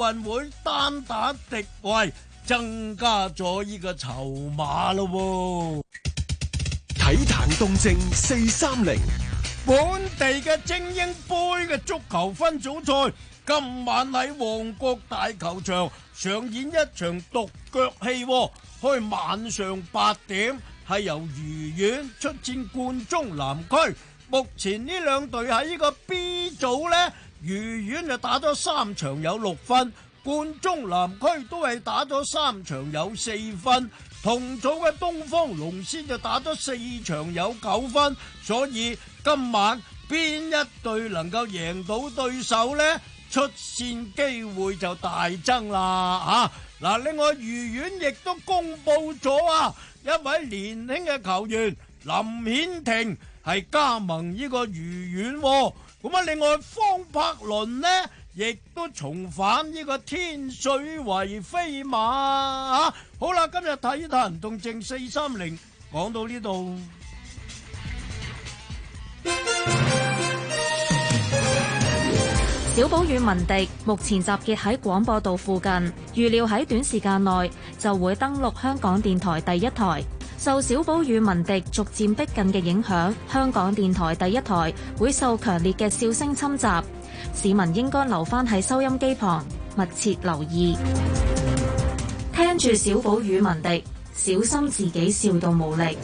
運會單打迪位，增加咗呢個籌碼咯喎。體壇動靜四三零，本地嘅精英杯嘅足球分組賽，今晚喺旺角大球場上演一場獨腳戲喎，開晚上八點，係由愉園出戰冠忠南區。目前呢兩隊喺呢個 B 組呢，愉園就打咗三場有六分，冠忠南區都係打咗三場有四分。同組嘅東方龍獅就打咗四場有九分，所以今晚邊一隊能夠贏到對手呢？出線機會就大增啦嚇！嗱、啊，另外愉園亦都公布咗啊，一位年輕嘅球員林顯廷係加盟呢個愉園喎。咁啊，另外方柏倫呢，亦都重返呢個天水圍飛馬啊！好啦，今日體壇動靜四三零講到呢度。小寶與文迪目前集結喺廣播道附近，預料喺短時間內就會登陸香港電台第一台。受小寶與文迪逐漸逼近嘅影響，香港電台第一台會受強烈嘅笑聲侵襲，市民應該留返喺收音機旁，密切留意。聽住小寶與文迪，小心自己笑到無力。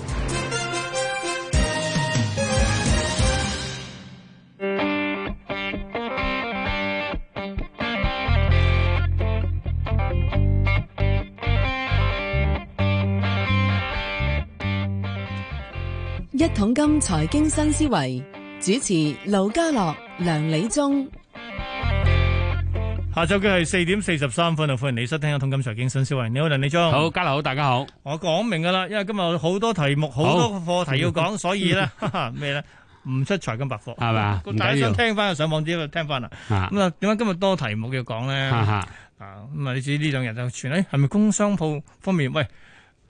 一桶金財經新思維主持盧家樂、梁理中，下晝嘅係四點四十三分啊！歡迎你收聽《一桶金財經新思維》。你好，梁理中。好，家樂好，大家好。我講明噶啦，因為今日好多題目、好多課題要講，所以 咧 咩咧唔出財金百貨係嘛？唔大家緊要想。聽翻就上網啲度聽翻啦。啊咁啊，點解今日多題目要講咧？哈哈啊，咁啊，你知呢兩日就傳咧，係咪工商鋪方面喂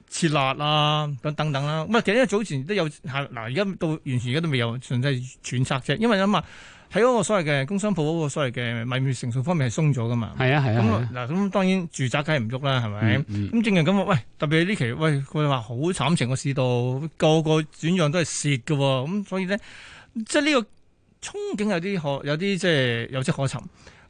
撤辣啊，等等等啦。咁啊，其實因為早前都有係嗱，而家到完全而家都未有，純粹係揣測啫。因為諗下喺嗰個所謂嘅工商鋪嗰個所謂嘅米面成數方面係鬆咗噶嘛。係啊係啊咁係啊啊。嗱，咁當然住宅梗係唔喐啦，係咪？咁、嗯正係咁啊！喂，特別係呢期，喂佢話好慘情個市道，個個轉讓都係蝕嘅喎，咁所以咧，即係呢個憧憬有啲可有啲即係有跡可尋。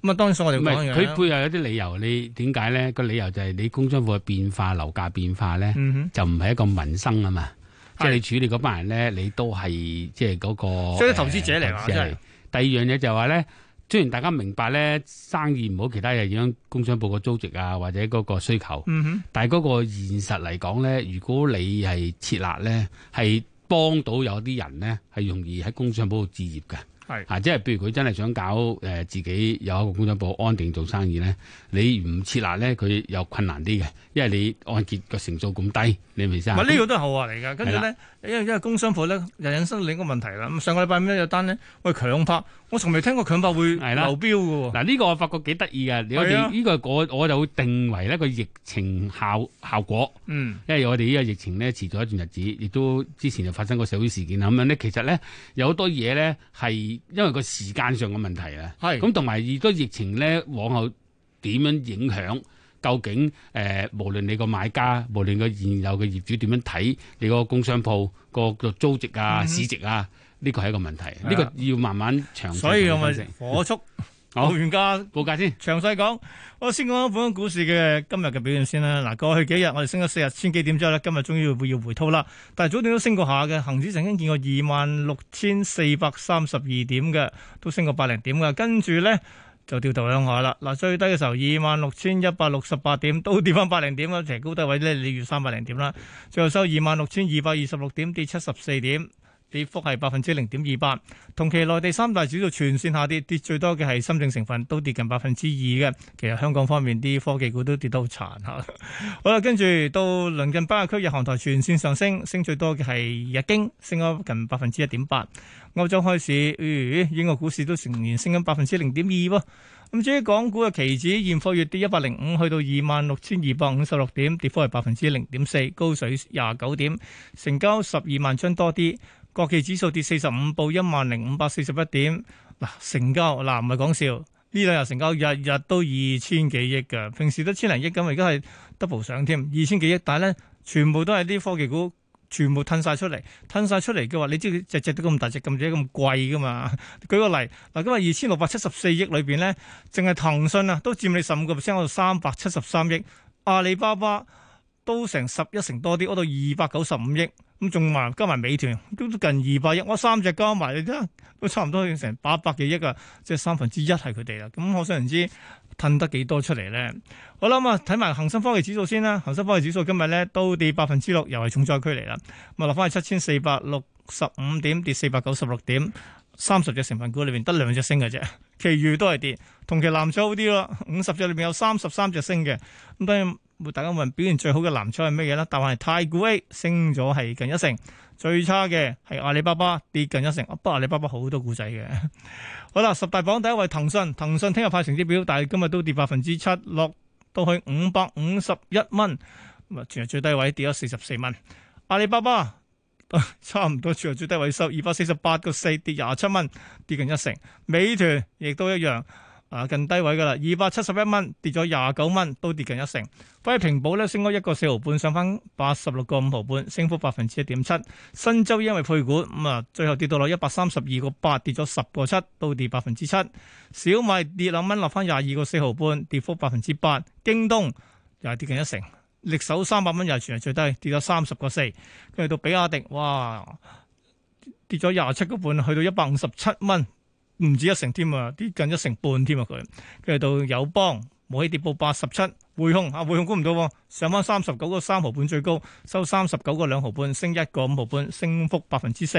咁啊，當然所以我唔哋講嘅係佢背後有啲理由，你點解咧？個理由就係你工商戶嘅變化、樓價變化咧，嗯就唔係一個民生啊嘛。即係係你處理嗰班人咧，你都係即係嗰個。所以啲投資者嚟話投資真係第二樣嘢就係話咧，雖然大家明白咧，生意唔好，其他嘢影響工商部個租值啊，或者嗰個需求。哼，嗯哼，但係嗰個現實嚟講咧，如果你係設立咧，係幫到有啲人咧，係容易喺工商鋪度置業嘅。係啊，即係譬如佢真係想搞誒、呃自己有一個工商鋪安定做生意咧，你唔設立咧，佢又困難啲嘅，因為你按揭個成數咁低，你明唔明先唔啊？係呢個都係後話嚟㗎。跟住係咧，因為因為工商鋪咧又引申另一個問題啦。咁上個禮拜尾有單咧，喂強拍，我從未聽過強拍會流係啦標嘅喎。 嗱，呢個我發覺幾得意嘅，你我係啊哋呢個我我就會定為呢個疫情效效果。嗯，因為我哋呢個疫情咧持續一段日子，亦都之前就發生過社會事件啦。咁樣咧，其實咧有好多嘢咧係因為個時間上嘅問題啊。係咁同埋亦都疫情咧往後點樣影響？究竟誒、呃，無論你個買家，無論個現有嘅業主點樣睇你個工商鋪個個租值啊、嗯哼市值啊，呢個係一個問題。啊呢、個要慢慢詳細所以我咪分析火速報好完價。報價先。嗯詳細講，我先講講本港股市嘅今日嘅表現先啦。嗱，過去幾日我哋升咗四日千幾點之後咧，今日終於會要回吐啦。但係早段都升過下嘅，恒指曾經見過二萬六千四百三十二點嘅，都升過百零點嘅。跟住咧就掉頭向下啦。嗱，最低嘅時候二萬六千一百六十八點，都跌翻百零點啦。其實高低位咧，你預三百零點啦。最後收二萬六千二百二十六點，跌七十四點。跌幅係百分之零點二八，同期內地三大指數全線下跌，跌最多嘅係深證成分，都跌近百分之二嘅。其實香港方面啲科技股都跌得好殘嚇。 好啦，跟住到鄰近北亞區，日韓台全線上升，升最多嘅係日經，升咗近百分之一點八。歐洲開市，咦英國股市都仍然升緊百分之零點二喎。咁至於港股嘅期指現貨月跌一百零五，去到二萬六千二百五十六點，跌幅係百分之零點四，高水廿九點，成交十二萬張多啲。國企指數跌四十五，報一萬零五百四十一點。嗱，成交嗱唔係講笑，呢兩日成交日日都二千幾億㗎，平時都千零億咁，而家係 double 上添，二千幾億，但係咧全部都係啲科技股。全部吞晒出嚟，吞晒出嚟嘅話，你知佢隻隻都咁大隻，咁隻咁貴噶嘛？ 舉個例，嗱，今日二千六百七十四億裏邊咧，淨係騰訊啊，都佔你十五個 percent，嗰度三百七十三億，阿里巴巴都成十一成多啲，嗰度二百九十五億，咁仲埋加埋美團都近二百億，我三隻加埋你睇下，都差唔多成八百幾億啊，即係三分之一係佢哋啦。咁可想而知。褪得幾多出嚟咧？好啦，咁啊睇埋恒生科技指數先啦。恒生科技指數今日咧都跌百分之六，又係重災區嚟啦。咁啊落翻去七千四百六十五點，跌四百九十六點。三十隻成分股裏邊得兩隻升嘅啫， 其餘都係跌。同期藍籌好啲咯，五十隻裏邊有三十三隻升嘅。咁當然，大家問表現最好嘅藍籌係乜嘢啦？答案係太古 A 升咗係近一成，最差嘅係阿里巴巴跌近一成。不過阿里巴巴好多故仔嘅。 好啦，十大榜第一位騰訊，騰訊聽日派成績表，但係今日都跌百分之七，落到去五百五十一蚊，咁啊全日最低位跌咗四十四蚊。阿里巴巴。差唔多全日最低位收二百四十八個四，跌廿七蚊，跌近一成。美團亦都一樣，啊近低位㗎啦，二百七十一蚊，跌咗廿九蚊，都跌近一成。輝平保咧升咗一個四毫半，上翻八十六個五毫半，升幅百分之一點七。新洲因為配股咁啊，最後跌到落一百三十二個八，跌咗十個七，都跌百分之七。小米跌兩蚊，落翻廿二個四毫半，跌幅百分之八。京東又係跌近一成。力守三百蚊又係全日最低，跌咗三十個四，跟住到比亞迪，哇，跌咗廿七個半，去到一百五十七蚊，唔止一成添啊，跌近一成半添啊佢，跟住到友邦，冇起跌報八十七，匯控啊匯控估唔到喎，上翻三十九個三毫半最高，收三十九個兩毫半，升一個五毫半，升幅百分之四。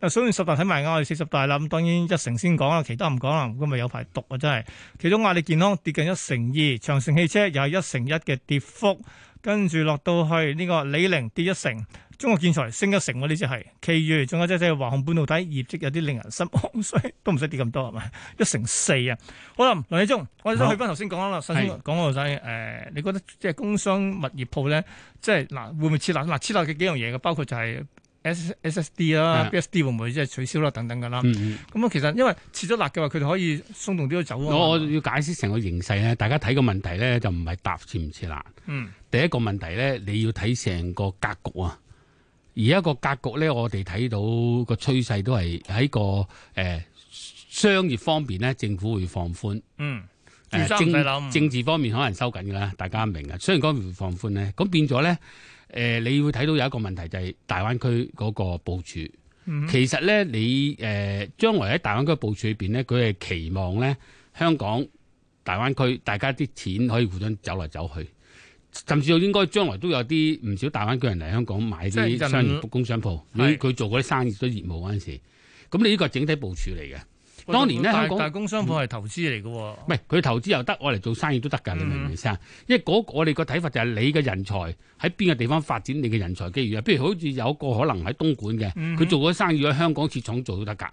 嗱，數完十大睇埋我哋四十大啦，咁當然一成先講啦，其他唔講啦，今日有排毒啊真係。其中阿里健康跌近一成二，長城汽車又係一成一嘅跌幅。跟住落到去呢個李寧跌一成，中國建材升一成喎，呢隻係。其餘仲有隻即係華控半導體業績有啲令人失望，所以都唔使跌咁多係咪？一成四啊！好啦，梁理中，我哋想去翻頭先講啦。首先講我睇誒，你覺得即係工商物業鋪咧，即係嗱會唔會設立？嗱設立嘅幾樣嘢嘅，包括就係 S S S D 啦、B S D 會唔會即係取消啦等等㗎啦。嗯嗯咁啊，其實因為設咗立嘅話，佢哋可以鬆動啲都走啊嘛。我我要解釋成個形勢咧，大家睇個問題咧就唔係答似唔似難。嗯第一個問題咧，你要睇成個格局啊。而家個格局咧，我哋睇到個趨勢都係喺個誒、呃商業方面咧，政府會放寬。嗯，住誒衫唔使諗政政治方面可能收緊㗎啦，大家明嘅。雖然嗰邊放寬咧，咁變咗咧，誒、你會睇到有一個問題就係大灣區嗰個部署。嗯其實咧，你誒、呃、將來喺大灣區部署裏邊咧，佢係期望咧香港、大灣區大家啲錢可以互相走嚟走去，甚至應該將來都有啲唔少大灣區人嚟香港買即係啲人商業工商鋪，係佢佢做嗰啲生意、啲業務嗰陣時，咁你呢個係整體部署嚟嘅。喂當年咧大香港大工商鋪係投資嚟嘅喎。唔係佢投資又得，我嚟做生意都得嗯㗎，你明唔明先？啊因為嗰我哋個睇法就係你嘅人才喺邊個地方發展，你嘅人才機遇啊。譬如好似有個可能喺東莞嘅，佢、嗯做嗰生意喺香港設廠做都得㗎。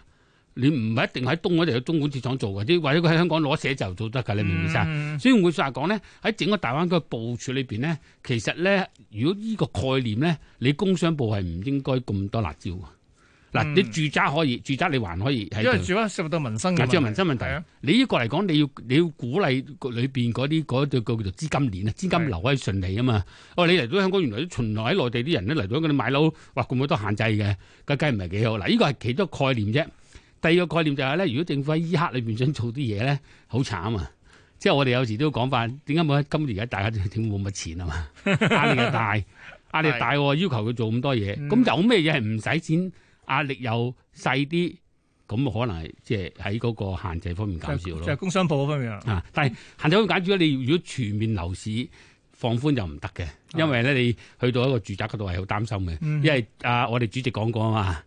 你唔係一定喺東嗰度有東莞設廠做嘅，啲或者佢喺香港攞寫就做得㗎，你明唔明先？啊嗯所以換句話講咧，喺整個大灣區嘅部署裏邊咧，其實咧，如果呢個概念咧，你工商部係唔應該咁多辣椒嘅。嗱，你住宅可以，住宅你還可以喺嗯因為度住翻涉及到民生嘅嗱，問即係題民生問係啊題。你呢個嚟講，你要你要鼓勵裏邊嗰啲嗰對叫做資金鏈啊，資金流可以順利啊嘛。哦，你嚟到香港，原來都巡邏喺內地啲人咧嚟到香港，你買樓，哇，咁好多限制嘅，梗梗唔係幾好。嗱，呢個係其中一個概念啫。第二個概念就係、咧，如果政府喺依刻裏邊想做啲嘢咧，好慘啊！即係我哋有時都講法，點解冇今年而家大家政府冇乜錢啊嘛？壓力又大，壓力大喎，要求佢做咁多嘢，嗯咁、有咩嘢係唔使錢，壓力又細啲，咁可能係即係喺嗰個限制方面就減少係咯。就係工商鋪嗰方面啊。啊！但係限制咁解住咧，你如果全面樓市放寬就唔得啊嘅，因為咧你去到一個住宅嗰度係好擔心嘅，嗯因為啊我哋主席講過啊嘛，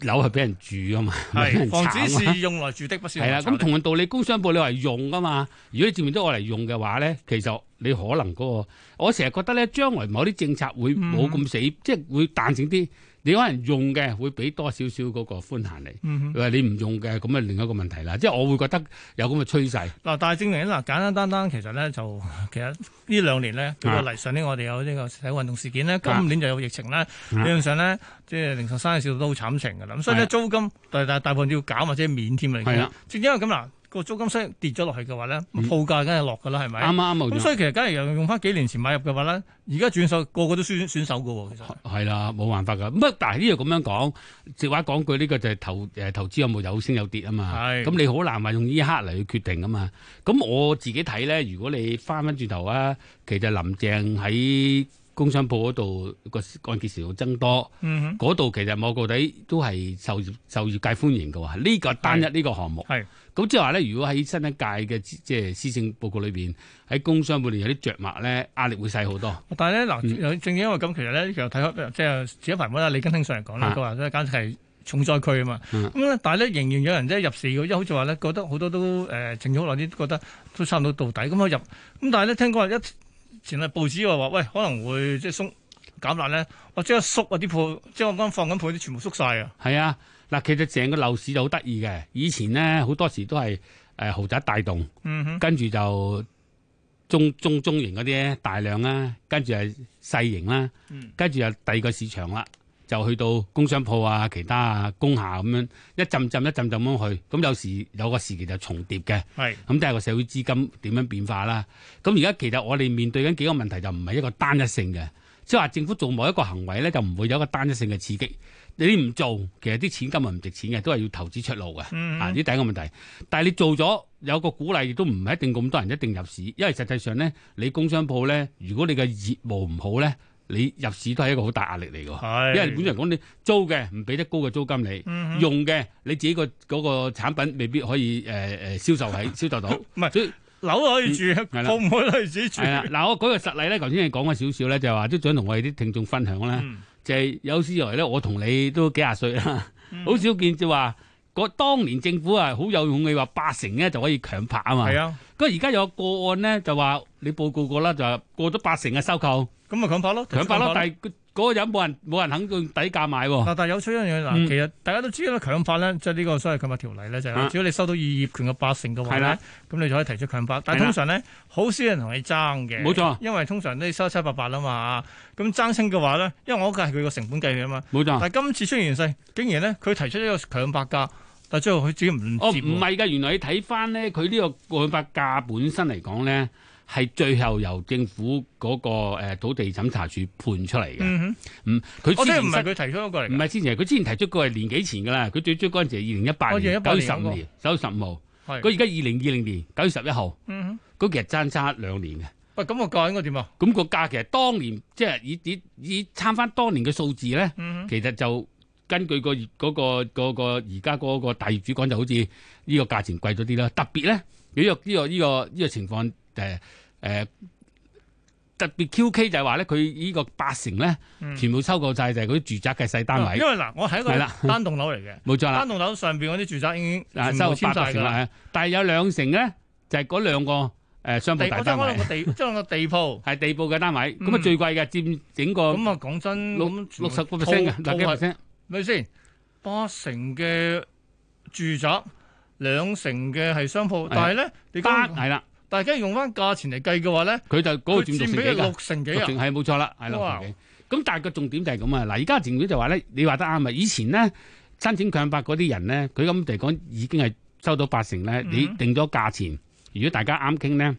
樓係俾人住啊嘛，唔係俾係人房炒啊子嘛是用來住的，不是用係來啦，炒咁的同樣道理，工商部你話用噶嘛？如果你照面都我嚟用嘅話咧，其實你可能嗰、個，我成日覺得咧，將來某啲政策會嗯冇咁死，即係會彈性啲。你可能用嘅會俾多少少嗰個寬限你，嗯話你唔用嘅咁啊另一個問題啦。即係我會覺得有咁嘅趨勢，嗱，但係證明咧，嗱，簡簡單單，其實咧就其實呢兩年咧，舉個例，上年我哋有呢個社會運動事件咧，今年就有疫情咧，理論上咧，即係零售生意市道都好慘情㗎啦。咁所以咧，嗯係啊租金大大大部分要減或者免添啊。已經係啊，正因為咁嗱，個租金息跌咗落去嘅話咧，嗯鋪價梗係落㗎啦，係咪？啱啊啱咁啊，所以其實，假如用翻幾年前買入嘅話咧，而家轉手個個都選選手嘅喎，其實係啦，冇辦法㗎。乜但係呢度咁樣講，直話講句呢、個就係投誒投資有冇有升有跌啊嘛。係咁你好難話用呢一刻嚟去決定啊嘛。咁我自己睇咧，如果你翻翻轉頭啊，其實林鄭喺工商鋪嗰度個按揭時數增多，嗯嗰度其實某個底都係受業受業界歡迎嘅喎。呢、個單一呢個項目。哼，係咁即係話咧，如果喺新一屆嘅即即係施政報告裏邊，喺工商半年有啲着墨咧，壓力會細好多。但係咧嗱，嗯有正因為咁，其實咧，其實睇開即係前一排啦，李根興上嚟講咧，啊佢話咧簡直係重災區啊嘛。嗯咁咧，但係咧仍然有人即係入市嘅，因為好似話咧，覺得好多都誒靜咗好耐啲，覺得都差唔多到底咁啊入。咁但係咧，聽講話一前日報紙話話，喂可能會即係鬆減辣咧，我即刻縮啊啲鋪，即係我啱放緊鋪啲全部縮晒啊。係啊，嗱，其實成個樓市就好得意嘅。以前咧好多時都係誒豪宅帶動，嗯哼，跟住就中中中型嗰啲咧大量啦，跟住係細型啦嗯，跟住又第二個市場啦，就去到工商鋪啊、其他啊、工廈咁樣一浸浸一浸浸咁去。咁有時有個時期就重疊嘅。係咁睇下個社會資金點樣變化啦。咁而家其實我哋面對緊幾個問題，就唔係一個單一性嘅，即係話政府做某一個行為咧，就唔會有一個單一性嘅刺激。你唔做，其實啲錢根本唔值錢嘅，都係要投資出路嘅。嗯啊，呢第一個問題。但係你做咗有個鼓勵，亦都唔係一定咁多人一定入市，因為實際上咧，你工商鋪咧，如果你嘅業務唔好咧，你入市都係一個好大壓力嚟㗎。係，因為本來講你租嘅唔俾得高嘅租金你。嗯哼用嘅你自己個嗰個產品未必可以誒誒、呃、銷售 喺銷售到，唔係所以樓可以住，嗯係啦鋪唔可以自己住係。啊啦。呃嗱，我舉個實例咧，頭先你講咗少少咧，就係話都想同我哋啲聽眾分享啦，嗯就係有史以來咧，我同你都幾廿歲啦，嗯好少見就話。嗰當年政府啊，好有勇氣話八成咧就可以強拍啊嘛。係啊，咁而家有個案咧就話你報告過啦，就話過咗八成嘅收購咁咪強拍咯，強拍咯，但係嗰嗰個人冇人冇人肯用底價買喎。嗱，但係有趣一樣嘢嗱，哦嗯其實大家都知啦，強法咧，即係呢個所謂強法條例咧，就係話啊只要你收到業權嘅八成嘅話係咧啦，咁你就可以提出強法。但係係啦通常咧，好少人同你爭嘅，冇錯因為通常都收七八八啦嘛。啊咁爭清嘅話咧，因為我嗰個係佢個成本計嘅嘛。冇錯。但係今次出現形勢，竟然咧佢提出一個強法價，但係最後佢自己唔哦，接唔喎。係㗎，原來你睇翻咧，佢呢個按法價本身嚟講咧，係最後由政府嗰、個、呃、土地審查處判出嚟嘅。嗯哼，嗯，佢我即之係前唔係申佢提出嗰個嚟唔㗎？係之前，佢之前提出過係年幾前㗎啦。佢最早嗰陣時係二零一八哦年2018九月年十嗰個五年九月十五號，佢係，而家二零二零年九月十一號，嗯哼，嗰其實爭差兩年嘅。喂，咁個價應該點啊？咁、個價其實當年即係以以以參翻當年嘅數字咧。嗯其實就根據個業嗰、個嗰、個而家嗰個大業主講，就好似呢個價錢貴咗啲啦。特別咧，呢、個呢、個呢、個呢、個情況誒誒、呃特別 QK 就係話咧，佢呢個八成咧嗯全部收購晒就係嗰啲住宅嘅細單哼，位因，為嗱，我係一個係啦單棟樓嚟嘅，冇錯啦單。棟樓上邊嗰啲住宅已經嗱，啊全收部簽八晒成㗎啦。啦，啊但係有兩成咧就係嗰兩個誒商鋪地，大我真單係位兩個地， 即係兩個地鋪。係地鋪嘅單位，咁啊嗯最貴嘅佔整個咁啊，講真，六咁六十個 percent 嘅，套嗱幾 percent 咪先？八成嘅住宅，兩成嘅係商鋪，係但係咧，你單講，係啦，大家用翻價錢嚟計嘅話咧，佢就嗰個佢佔佔六成比幾係㗎六。成幾六啊？成係冇錯啦，係六哇成幾。咁但係個重點就係咁啊！嗱，而家政府就話咧，你話得啱啊！以前咧申請強拍嗰啲人咧，佢咁嚟講已經係收到八成咧，嗯你定咗價錢，如果大家啱傾咧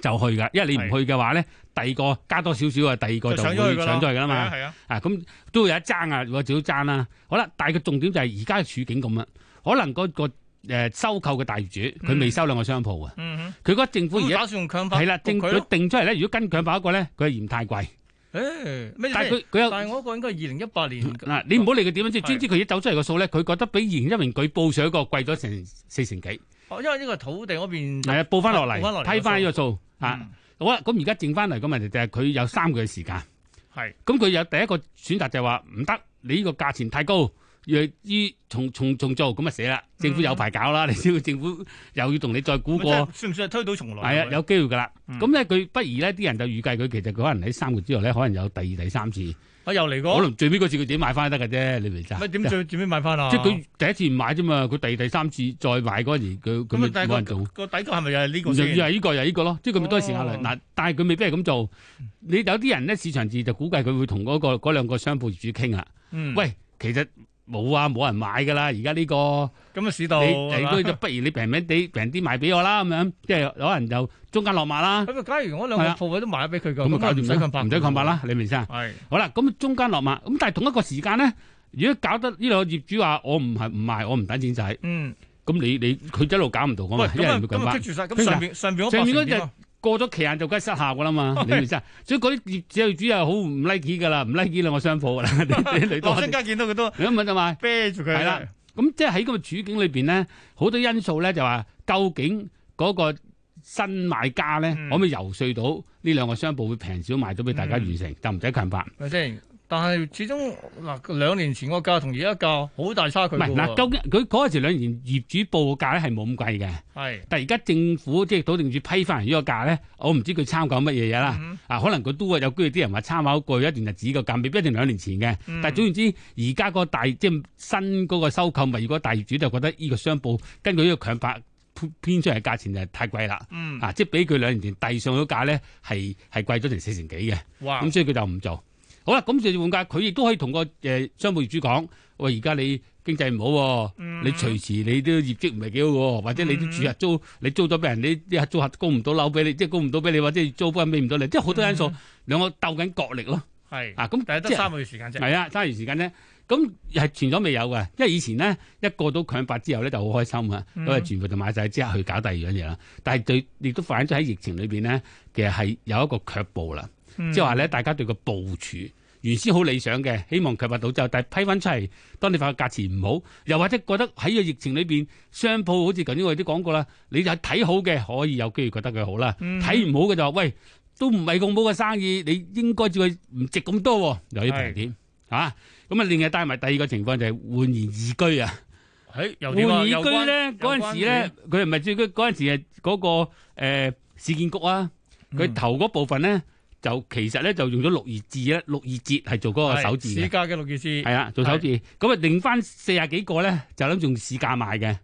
就去噶，因為你唔去嘅話咧，第二個加多少少啊，第二個就上會咗去㗎上咗去係啊㗎啦嘛。係啊，啊，咁都會有一爭啊，或者少爭啦。好啦，但係個重點就係而家嘅處境咁啊，可能嗰、個、呃、收購嘅大業主佢未收兩個商鋪啊，嗯哼，佢嗰個政府而咁家打算用強拍係啦，政定佢佢咯。定出嚟咧，如果跟強拍嗰個咧，佢係嫌太貴。誒，咩但係先？佢佢有但係我嗰個應該係二零一八年嘅。嗱，你唔好理佢點樣，即係係專知佢一走出嚟個數咧，佢覺得比二零一零佢報上嗰個貴咗成四成幾，哦因為呢個土地嗰邊係啊，報翻落報返落嚟，嚟批翻呢個數嗯啊。好啦，咁而家剩翻嚟個問題就係佢有三個月時間，係咁佢有第一個選擇就係話唔得，你呢個價錢太高，要於重重重做，咁啊死啦！政府有排搞啦，你知道政府又要同你再估咁即過係，算唔算係推倒重來？係啊，有機會㗎啦。嗯咁咧，佢不如咧，啲人就預計佢其實佢可能喺三個月之後咧，可能有第二、第三次，啊，又嚟可過。能最尾嗰次佢自己買翻得嘅啫，你明唔明咋啊咪點最點樣買翻啊？即係佢第一次唔買啫嘛，佢第二第三次再買嗰陣時，佢佢咁咪啊，但冇人係做個。個底價係咪又係呢個就先？係呢個又係呢個咯，即係佢咪多時考慮哦嗱，但係佢未必係咁做。你有啲人咧，市場字就估計佢會同嗰、個嗰兩個商鋪業主傾啦。嗯喂，其實冇啊，冇人買㗎啦，而家呢個。咁啊市道，你係你嘛都就不如你平平地平啲賣俾我啦，咁樣即係可能就中間落馬啦，咁啊假如我兩個係啊鋪位都賣咗俾佢嘅，咁啊咁搞啊掂唔使啦咁白，唔使抗白啦，你明唔明先啊？係。好啦，咁中間落馬，咁但係同一個時間咧，如果搞得呢兩個業主話我唔係唔賣，我唔等錢仔，嗯，咁你你佢一路搞唔到噶喂，嘛，一咁啊人咁咁啊棘翻。住晒，咁棘住上晒邊上邊嗰上八面嗰成點啊過咗期限就梗係失效噶啦嘛，係你明唔明先啊？所以嗰啲業主業主又好唔 like 噶啦，唔 like 兩個商鋪噶啦，你你你多羅生家見到佢都你咁問就話。啤住佢。係啦，咁即係喺咁嘅處境裏邊咧，好多因素咧就話，究竟嗰個新買家咧、嗯可唔可以游說到呢兩個商鋪會平少賣到俾大家完成，就唔使強拍。咪先？但係始終嗱，兩年前個價同而家價好大差距唔㗎係嗱，喎。究竟佢嗰陣時兩年業主報嘅價咧係冇咁貴嘅，係但係而家政府即係土地業主批翻嚟呢個價咧，我唔知佢參考乜嘢嘢啦。嗯啊，可能佢都會有機會啲人話參考過一段日子個價，未必一定兩年前嘅。嗯但係總言之，而家個大即係新嗰個收購物業嗰個大業主就覺得呢個商報根據呢個強拍編出嚟嘅價錢就太貴啦。嗯，啊，即係比佢兩年前遞上嗰價咧係係貴咗成四成幾嘅，哇！咁所以佢就唔做。好啦，咁就換價，佢亦都可以同個誒商報業主講：喂，而家你經濟唔好、喎。嗯你隨時你都業績唔係幾好喎，或者你啲住客租你租咗俾人，你啲客租客供唔到樓俾你，即係供唔到俾你，或者租翻俾唔到你，即係好多因素嗯，兩個鬥緊角力咯。係，啊，咁但係得即係三個月時間啫。係啊，揸完時間咧，咁係存咗未有嘅，因為以前咧一過到強拍之後咧就好開心啊，嗯因為全部就買晒之後去搞第二樣嘢啦。但係對亦都反映咗喺疫情裏邊咧，其實係有一個卻步啦，嗯即係話咧大家對個部署。原先好理想嘅，希望強拍到之後，但係批翻出嚟，當你發覺價錢唔好，又或者覺得喺個疫情裏邊，商鋪好似頭先我哋都講過啦，你就係睇好嘅可以有機會覺得佢好啦，嗯睇唔、好嘅就話喂都唔係咁好嘅生意，你應該叫佢唔值咁多喎，又要平啲嚇。咁啊，另外帶埋第二個情況就係煥然懿居啊！誒又煥點啊然懿有居關咧，嗰陣時咧，佢唔係最居嗰陣時係嗰、個、呃、市建局啊，佢嗯頭嗰部分咧就其實咧就用咗六二字咧，六二折係做嗰個手字係嘅市。價嘅六件事係啊，做手字，咁啊定翻四十幾個咧，就諗住用市價賣嘅，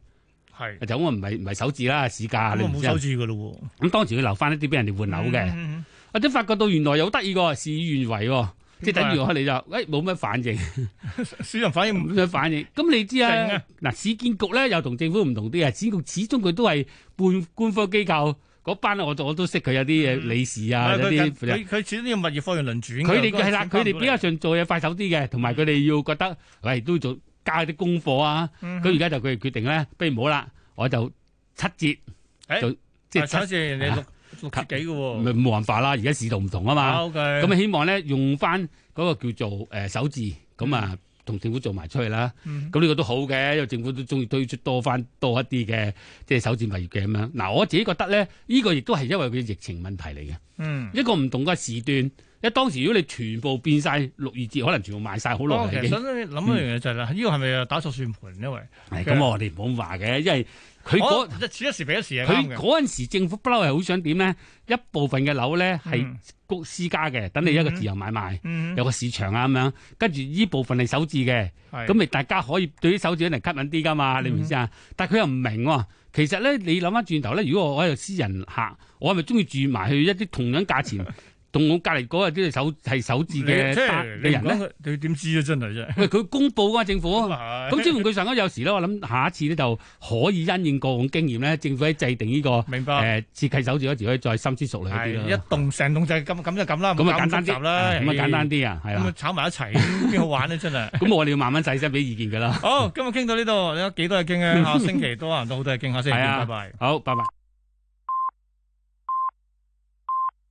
係就咁啊唔係唔係手字啦，市價咁你啊唔冇知手啊。指㗎咯咁當時佢留翻一啲俾人哋換喎，樓嘅，嗯，嗯或者發覺到原來有得意個事與願違喎，即係等於我哋就誒冇乜反應，嗯市場反應唔冇乜反應。咁你知勁啊啊，嗱市建局咧又同政府唔同啲啊，市建局始終佢都係半官方機構嗰班啊我我都識佢有啲嘢理事啊，有係嗯佢啲佢佢始終要物業貨源輪轉㗎。佢哋嗰個係啦，市佢場哋比較上做嘢快手啲嘅，同埋佢哋要覺得喂都做加啲功課啊。嗯咁而家就佢哋決定咧，不如唔好啦，我就七折，誒啊就即但係上一係七，次人哋六六折啊幾嘅喎。咪冇辦法啦。而家市道唔同啊嘛， OK，咁啊希望咧用翻嗰個叫做誒手字，咁啊同政府做埋出去啦。嗯咁呢個都好嘅，因為政府都中意推出多翻多一啲嘅即係手字物業嘅咁樣。嗱，我自己覺得咧，呢個亦都係因為佢疫情問題嚟嘅。嗯，一個唔同嘅時段，因為當時如果你全部變晒六二折，可能全部賣晒好哦我其耐啦實已經。嗯想諗一樣嘢就係啦，呢個係咪打錯算盤呢？喂，係咁我哋唔好話嘅，因為佢嗰我一時一時比一時係哦啱佢嘅。嗰陣時政府不嬲係好想點咧？一部分嘅樓咧係嗯公私家嘅，等你一個自由買賣，嗯有個市場啊咁樣。跟住呢部分係首置嘅，係嗯咁咪大家可以對啲首置嚟吸引啲噶嘛？你明唔明先啊？但係佢又唔明喎。其實咧，你諗翻轉頭咧，如果我係私人客，我係咪中意住埋去一啲同樣 價錢，同我隔離嗰個啲係首係首置你嘅嗯即係單嘅你唔人講咧？佢，你點知啊？真係啫。喂，佢公佈啊， 政府。咁咁之換佢上咗有時咧，我諗下一次咧就可以因應過往經驗咧，政府喺制定呢、個。明白。誒設計手指嗰時可以再深思熟慮係一啲啊一咯。棟成棟就係咁咁就咁啦，咁啊唔簡搞咁單複啲雜啦，咁啊簡單啲啊，係咁啊啦。炒埋一齊，邊好玩咧真係。咁我哋要慢慢細心俾意見㗎啦。好，今日傾到呢度，有幾多嘢傾啊？下星期多啊，都好多嘢傾下星期見，係拜啊拜。好，拜拜。